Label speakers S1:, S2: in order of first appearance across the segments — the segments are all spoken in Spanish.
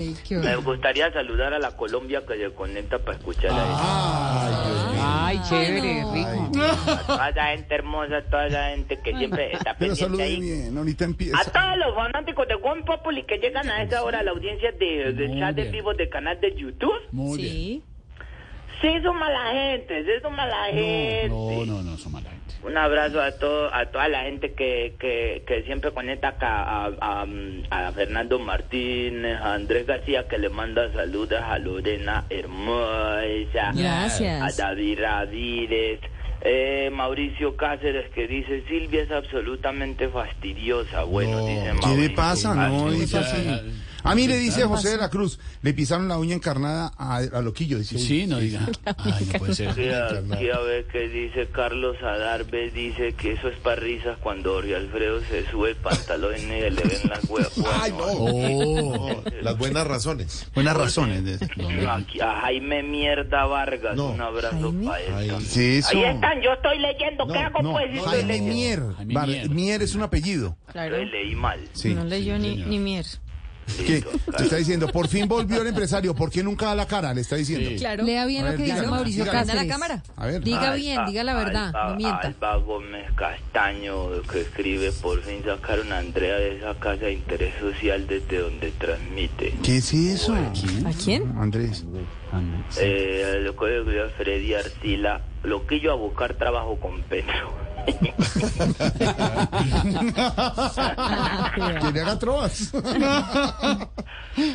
S1: Qué
S2: Me
S1: bueno.
S2: gustaría saludar a la Colombia que se conecta para escuchar
S3: Ah.
S2: a
S1: Ay, chévere, rico.
S2: toda esa gente hermosa, toda esa gente que siempre está
S3: Pero
S2: pendiente
S3: salude
S2: ahí.
S3: bien, ahorita
S2: A
S3: empieza.
S2: todos los fanáticos de One Populi que llegan a esa hora a la audiencia de, del chat de vivo del canal de YouTube,
S3: Muy bien.
S4: Sí.
S2: sí son mala gente, sí son mala gente.
S3: No, no, no, son mala gente.
S2: Un abrazo a todo, a toda la gente que, que, que siempre conecta acá, a, a, a Fernando Martínez, a Andrés García que le manda saludos a Lorena Hermosa, a
S4: Gracias.
S2: David Ramírez, eh, Mauricio Cáceres que dice Silvia es absolutamente fastidiosa, bueno,
S3: No,
S2: dice
S3: ¿Qué
S2: Mauricio.
S3: le pasa? No,
S2: Cáceres.
S3: dice así. A mí le dice José de la Cruz, le pisaron la uña encarnada a, a Loquillo. Dice,
S5: Sí, no diga. Ay, no puede
S2: Sí,
S5: ser.
S2: aquí a ver qué dice Carlos Adarve, dice que eso es para risas cuando Jorge Alfredo se sube el pantalón y le ven las huevas.
S6: Ay, no.
S5: Oh,
S6: Las buenas razones.
S3: Buenas razones. de-
S2: Aquí a Jaime Mierda Vargas,
S6: No.
S2: un abrazo
S4: Jaime.
S2: para él.
S6: Ay,
S3: Sí, eso.
S2: Ahí están, yo estoy leyendo, ¿qué hago
S3: No,
S2: pues? Estoy
S3: Jaime
S2: leyendo.
S3: Mier.
S5: Jaime
S3: Vale,
S5: Mier.
S3: Mier es un apellido.
S4: Claro.
S2: Yo leí mal.
S3: Sí.
S4: no leyó ni, ni mier.
S3: ¿Qué?
S2: Listo,
S3: Te está diciendo, por fin volvió el empresario, ¿por qué nunca da la cara? Le está diciendo.
S5: Sí.
S4: Claro.
S1: Lea bien
S3: A
S1: lo
S3: ver,
S1: que dice
S3: dígalo,
S1: Mauricio
S3: dígalo.
S1: Cáceres.
S4: Manda la cámara.
S3: A ver.
S1: Diga
S2: Alba-
S1: bien, diga la verdad,
S2: Alba-
S1: no mienta.
S2: Alba Gómez Castaño que escribe, por fin sacaron a Andrea de esa casa de interés social desde donde transmite.
S3: ¿Qué es eso?
S4: ¿A quién?
S3: Andrés.
S2: Eh, lo que yo Freddy Arcila, lo que yo a buscar trabajo con Petro.
S3: que le haga trovas.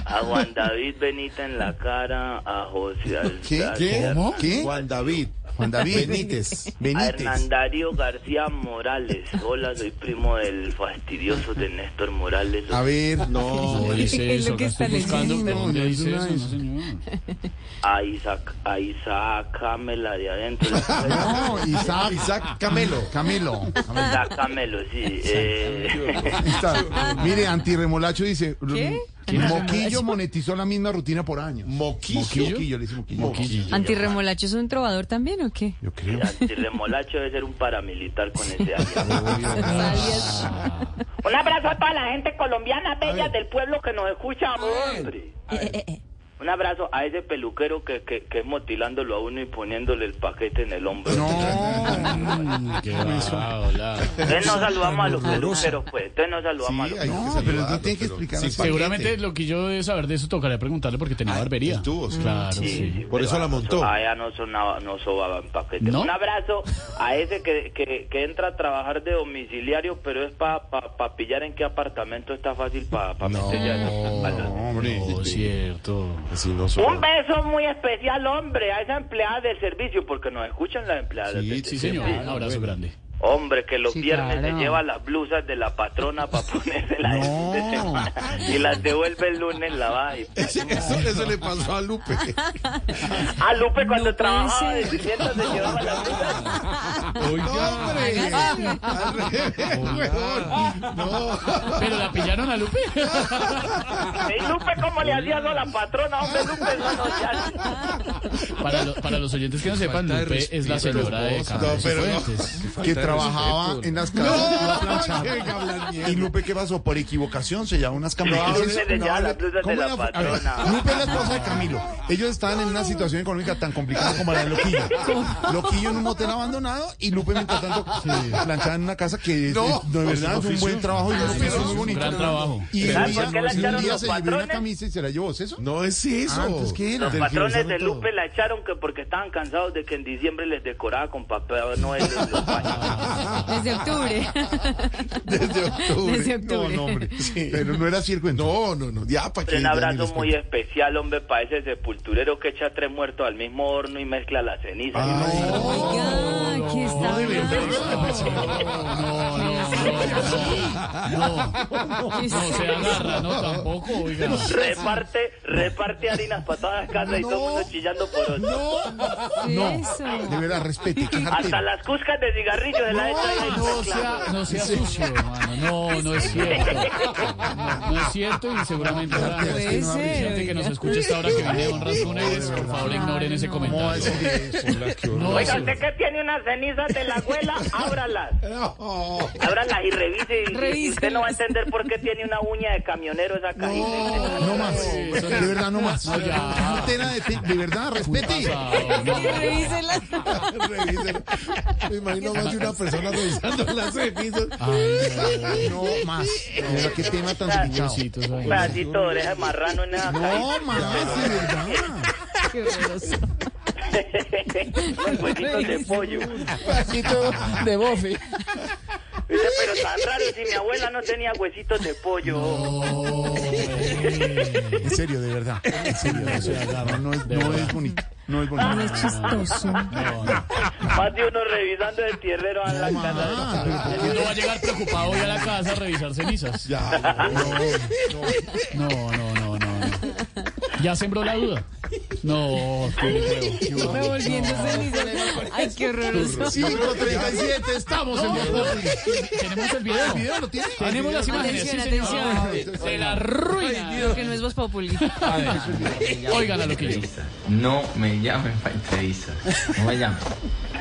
S2: A Juan David Benita en la cara, a José
S3: ¿Qué?
S2: Alzate,
S3: ¿Qué? ¿Qué?
S6: Juan David.
S3: Juan David.
S6: Benítez.
S2: A
S3: Benítez.
S2: Hernandario García Morales. Hola, soy primo del fastidioso de Néstor Morales.
S3: A ver.
S6: No.
S5: No dice
S4: ¿Qué es lo
S5: eso,
S4: que
S5: acá estoy
S4: está
S5: buscando,
S3: leyendo?
S5: pero
S3: No,
S5: ¿dónde
S3: no es
S5: dice
S3: una
S5: eso?
S3: de
S5: No,
S3: esas.
S5: señor.
S2: A Isaac, a Isaac, Camela de adentro.
S3: No, Isaac.
S6: Isaac Camelo.
S3: Camilo. Camilo.
S2: Sácamelo, sí. eh.
S3: Ahí está. Mire, antirremolacho dice. Moquillo monetizó la misma rutina por año.
S6: Moquillo.
S3: Moquillo, le dice moquillo.
S6: Moquillo.
S4: ¿Antirremolacho es un trovador también o qué?
S3: Yo creo.
S2: Antirremolacho debe ser un paramilitar con ese año.
S4: Alias.
S2: Un abrazo a toda la gente colombiana bella del pueblo que nos escucha, hombre. Un abrazo a ese peluquero que, que, que es motilándolo a uno y poniéndole el paquete en el hombro.
S3: No.
S5: Mm, Qué va, hola.
S2: Entonces nos saludamos a los peluqueros, pues. Entonces nos saludamos
S6: Sí,
S2: a
S6: hay
S2: los
S6: que
S3: No,
S6: saludarlo,
S3: pero tú tienes que explicar
S6: sin
S3: así.
S6: paquete.
S5: Seguramente lo que yo de saber de eso tocaría preguntarle porque tenía
S6: Ah,
S5: barbería.
S6: y tubos,
S5: claro,
S2: Sí,
S5: sí.
S2: sí,
S6: Por
S2: pero
S6: eso la
S2: no
S6: montó.
S2: so- Ah, ya no sonaba, no sobaba en paquete.
S5: ¿No?
S2: Un abrazo a ese que, que, que entra a trabajar de domiciliario, pero es para pa, pa pillar en qué apartamento está fácil para pa meterse a- a los-
S3: Hombre.
S5: No, cierto.
S6: Así no
S2: Un
S6: son.
S2: beso muy especial, hombre, a esa empleada del servicio, porque nos escuchan las empleadas del
S5: Sí, sí, señor. Un abrazo grande.
S2: Hombre, que los
S1: Sí,
S2: viernes
S1: claro.
S2: se lleva las blusas de la patrona para ponérselas
S3: No.
S2: de semana y las devuelve el lunes lavadas. y-
S6: Eso, eso le pasó a Lupe.
S2: A Ah, Lupe cuando
S4: No puede
S2: trabajaba de
S4: ser.
S2: 600 se llevaba las blusas.
S4: Hágale.
S6: Al revés, huevón. No.
S5: Pero la pillaron a Lupe.
S2: Ey, Lupe, ¿cómo le hacía a la patrona? Hombre, Lupe, no, no, ya.
S5: Para, lo- para los oyentes que no sepan,
S6: falta de
S5: Lupe es la
S6: respeto,
S5: señora de
S6: vos.
S5: Carlos
S6: No, pero no.
S5: Cifuentes.
S3: Que trabajaba en las casas. Y Lupe, ¿qué pasó? Por equivocación se llevó unas camisetas.
S2: Lupe se llevaba las blusas de
S3: ¿Cómo
S2: la
S3: era? A ver,
S2: patrona.
S3: Lupe es la esposa de Camilo. Ellos estaban en una situación económica tan complicada como la de Loquillo. Loquillo en un motel abandonado y Lupe, mientras tanto, planchaba en una casa que es-
S6: No.
S3: de verdad es un buen trabajo y un oficio
S5: es
S3: muy
S5: un
S3: bonito.
S5: gran trabajo.
S3: Y un
S6: ¿Sabes
S3: día,
S6: por qué la
S3: y un
S2: echaron
S3: día
S2: los
S3: se llevó una
S2: patrones?
S3: camisa y se la llevó. ¿Es eso?
S6: No es eso.
S3: Ah, entonces, ¿qué era?
S2: Los patrones de Lupe la echaron que porque estaban cansados de que en diciembre les decoraba con papel noel en los baños.
S4: Desde octubre.
S6: Desde octubre.
S4: Desde octubre.
S6: No, no, hombre. Sí.
S3: Pero no era así el cuento.
S6: No, no, no. Ya, para que.
S2: Un
S6: ya ni
S2: abrazo
S6: les
S2: muy
S6: cuento.
S2: especial, hombre, para ese sepulturero que echa tres muertos al mismo horno y mezcla la ceniza.
S4: Oiga, ¿qué está
S5: No, no, no, no, no, no se agarra, no tampoco, oiga.
S2: Reparte, reparte harinas para todas las casas y todo el mundo chillando por otro.
S3: De
S4: eso?
S3: verdad, respete. qué
S2: Hasta
S3: jartera.
S2: las cuscas de cigarrillo se las echa ahí.
S5: No sea, no sea sucio, hermano. No, no es cierto. No, no es cierto y seguramente.
S4: Puede ser,
S5: Gente que que nos escuche esta hora que viene Honras Fúnebres, por favor ignoren ese
S6: ¿Cómo va a
S5: comentario.
S6: decir eso? Qué horror.
S5: No,
S2: Oiga,
S5: eso-
S2: usted que tiene unas cenizas de la abuela, ábralas.
S6: No.
S2: Ábralas y revise. y- y
S4: Revíselas.
S2: usted no va a entender por qué tiene una uña de camionero esa cajita.
S3: No más. De verdad, no más.
S5: No, ya.
S3: Qué cartera de, de verdad, respete.
S5: pasado, no.
S4: Revísela.
S6: Revisen. Me imagino más de una persona revisando las cenizas.
S5: Ay,
S3: No más. De verdad, qué tema tan
S5: no,
S3: delicado.
S5: Diositos, ay, no.
S2: Pedacito de oreja de marrano en esa cajita.
S3: No más, de verdad.
S2: Con huesitos de pollo.
S1: de bofe.
S2: Dice, pero tan raro si mi abuela no tenía huesitos de pollo.
S3: En serio, de verdad. En serio, de verdad. No, no es, no es bonito. No es bonito.
S2: Ah,
S4: Es chistoso.
S2: Más de uno revisando el tierrero a la casa.
S3: Ah, pero ¿por qué?
S5: Uno va a llegar preocupado hoy a la casa a revisar cenizas.
S6: Ya.
S5: No, no, no, no. no. Ya sembró la duda. No, qué huevo.
S4: Revolviendo ceniza. Ay, qué horroroso.
S3: 537, estamos en Voz Populi.
S5: Tenemos el
S3: ¿El
S5: video.
S3: este video lo tiene?
S5: Tenemos las imágenes.
S4: Atención,
S5: sí, señor.
S4: atención.
S5: De la ruina.
S4: Lo que no es voz populi.
S5: Oigan a lo que yo.
S7: entrevista. No me llamen para entrevistas. No me llamen.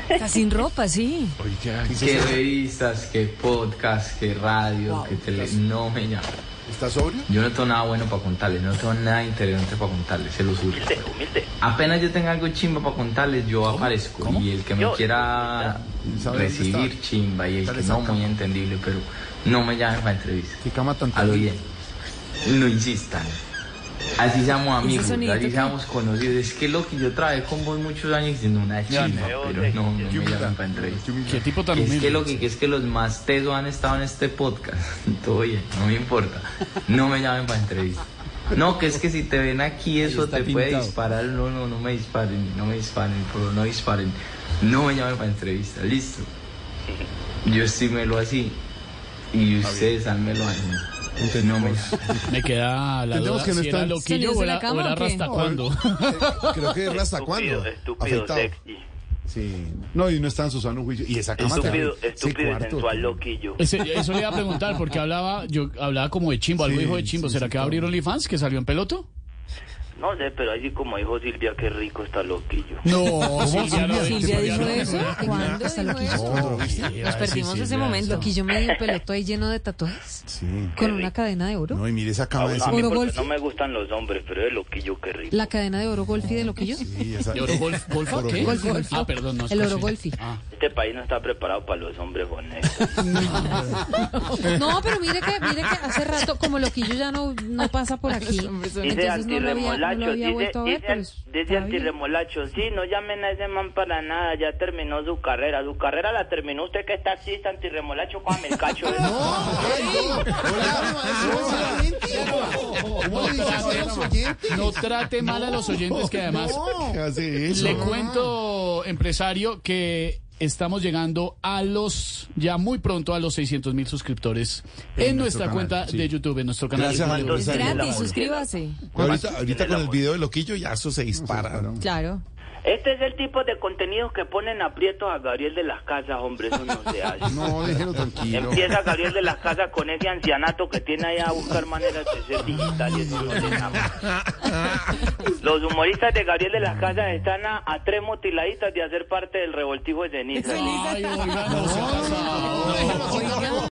S4: Está sin ropa, sí.
S7: Que revistas, que podcast, que radio, que tele. No me llamen.
S6: ¿Estás sobrio?
S7: Yo no tengo nada bueno para contarles. No tengo nada interesante para contarles. Se los juro. Apenas yo tenga algo chimba para contarles, yo aparezco. Y el que me
S2: Yo-
S7: quiera
S3: ¿Sabe dónde
S7: recibir
S3: está?
S7: chimba y el
S3: Dale
S7: que no,
S3: saca.
S7: muy entendible, pero no me llamen para entrevistas.
S3: Qué cama tan
S7: A lo bien. Lo insistan. Así seamos amigos,
S4: sonidito
S7: así
S4: que-
S7: seamos conocidos. Es que lo que yo trabajé con vos muchos años diciendo una
S5: Ya,
S7: chimba,
S2: no,
S7: pero
S2: de-
S7: no, no me
S3: humildad.
S7: llaman para entrevistas.
S5: Qué tipo tan
S7: Es que
S5: humilde.
S7: lo que, es que los más tesos han estado en este podcast. Todo bien, no me importa. No me llamen para entrevistas. No, que es que si te ven aquí eso te puede disparar. No, no, no me disparen, no me disparen, pero no disparen. No me llamen para entrevistas, listo. Yo estímelo así y ustedes házmelo así. No me llamen.
S5: Me queda la
S3: Entendemos
S5: duda
S3: que no
S5: si era
S3: están-
S5: loquillo
S4: ¿Sonidos
S5: o
S4: de la
S5: era, o
S4: cama
S5: era
S4: o qué?
S5: rasta cuando.
S3: eh,
S6: Creo que es hasta cuándo.
S2: Estúpido, estúpido,
S6: Afectado.
S2: sexy.
S3: Sí. No, y no está en su sano juicio. Y esa cama
S2: Estúpido,
S3: tan-
S2: estúpido
S3: ese
S2: y
S3: cuarto.
S2: sensual loquillo.
S5: Ese- eso le iba a preguntar porque hablaba, yo hablaba como de chimbo, algo
S3: Sí,
S5: dijo de chimbo.
S3: sí,
S5: ¿Será
S3: sí,
S5: que va a abrir OnlyFans que salió en peloto?
S2: No sé, pero así como dijo Silvia, qué rico está loquillo.
S5: No, Silvia lo
S4: Silvia dijo eso. ¿Cuándo
S3: Hasta
S4: dijo
S3: loquillo.
S4: eso? Nos perdimos ese momento. Aquí yo me peloto ahí lleno de tatuajes.
S3: Sí.
S4: Con una cadena de oro.
S3: No, y mire esa
S2: A,
S3: cama de
S2: a mí
S4: Oro
S2: porque
S4: golf.
S2: no me gustan los hombres, pero el loquillo, qué rico.
S4: La cadena de oro golfi de Loquillo.
S3: Sí, esa-
S5: ¿De oro golf, golfa?
S3: Oro
S5: ¿Qué?
S4: golf, golf.
S5: Ah, perdón, no
S4: El oro
S5: escuché.
S4: golfi.
S5: Ah,
S2: Este país no está preparado para los hombres honestos.
S4: No, pero mire que, mire que hace rato, como Loquillo ya no, no pasa por aquí.
S2: Dice
S4: Entonces no lo había, no lo
S2: antirremolacho,
S4: había
S2: dice,
S4: vuelto a ver, pues,
S2: dice,
S4: pero es-
S2: dice
S4: está bien.
S2: antirremolacho, sí, no llamen a ese man para nada, ya terminó su carrera, su carrera la terminó usted que es taxista, antirremolacho, cójame el cacho.
S3: ¿Cómo le dices a los oyentes?
S5: No trate mal a los oyentes que además
S3: No. ¿Qué hace eso?
S5: le cuento, empresario, que estamos llegando a los, ya muy pronto, a los 600 mil suscriptores en,
S3: nuestro
S5: nuestra
S3: canal,
S5: cuenta
S3: sí.
S5: de YouTube, en nuestro canal.
S6: Gracias,
S5: de
S6: Aldo.
S5: YouTube.
S4: Es
S6: Salió la
S4: gratis,
S2: bolsa.
S4: suscríbase.
S6: Ahorita, ahorita con el video de Loquillo ya eso se dispara. ¿no?
S4: Claro.
S2: Este es el tipo de contenidos que ponen aprietos a Gabriel de las Casas, hombre, eso no se hace.
S3: No, déjelo tranquilo.
S2: Empieza Gabriel de las Casas con ese ancianato que tiene allá a buscar maneras de ser digital y eso no le llama. Los humoristas de Gabriel de las Casas están a, a tres motiladitas de hacer parte del revoltijo de ceniza.
S5: Ay, oiga, no sea pasado.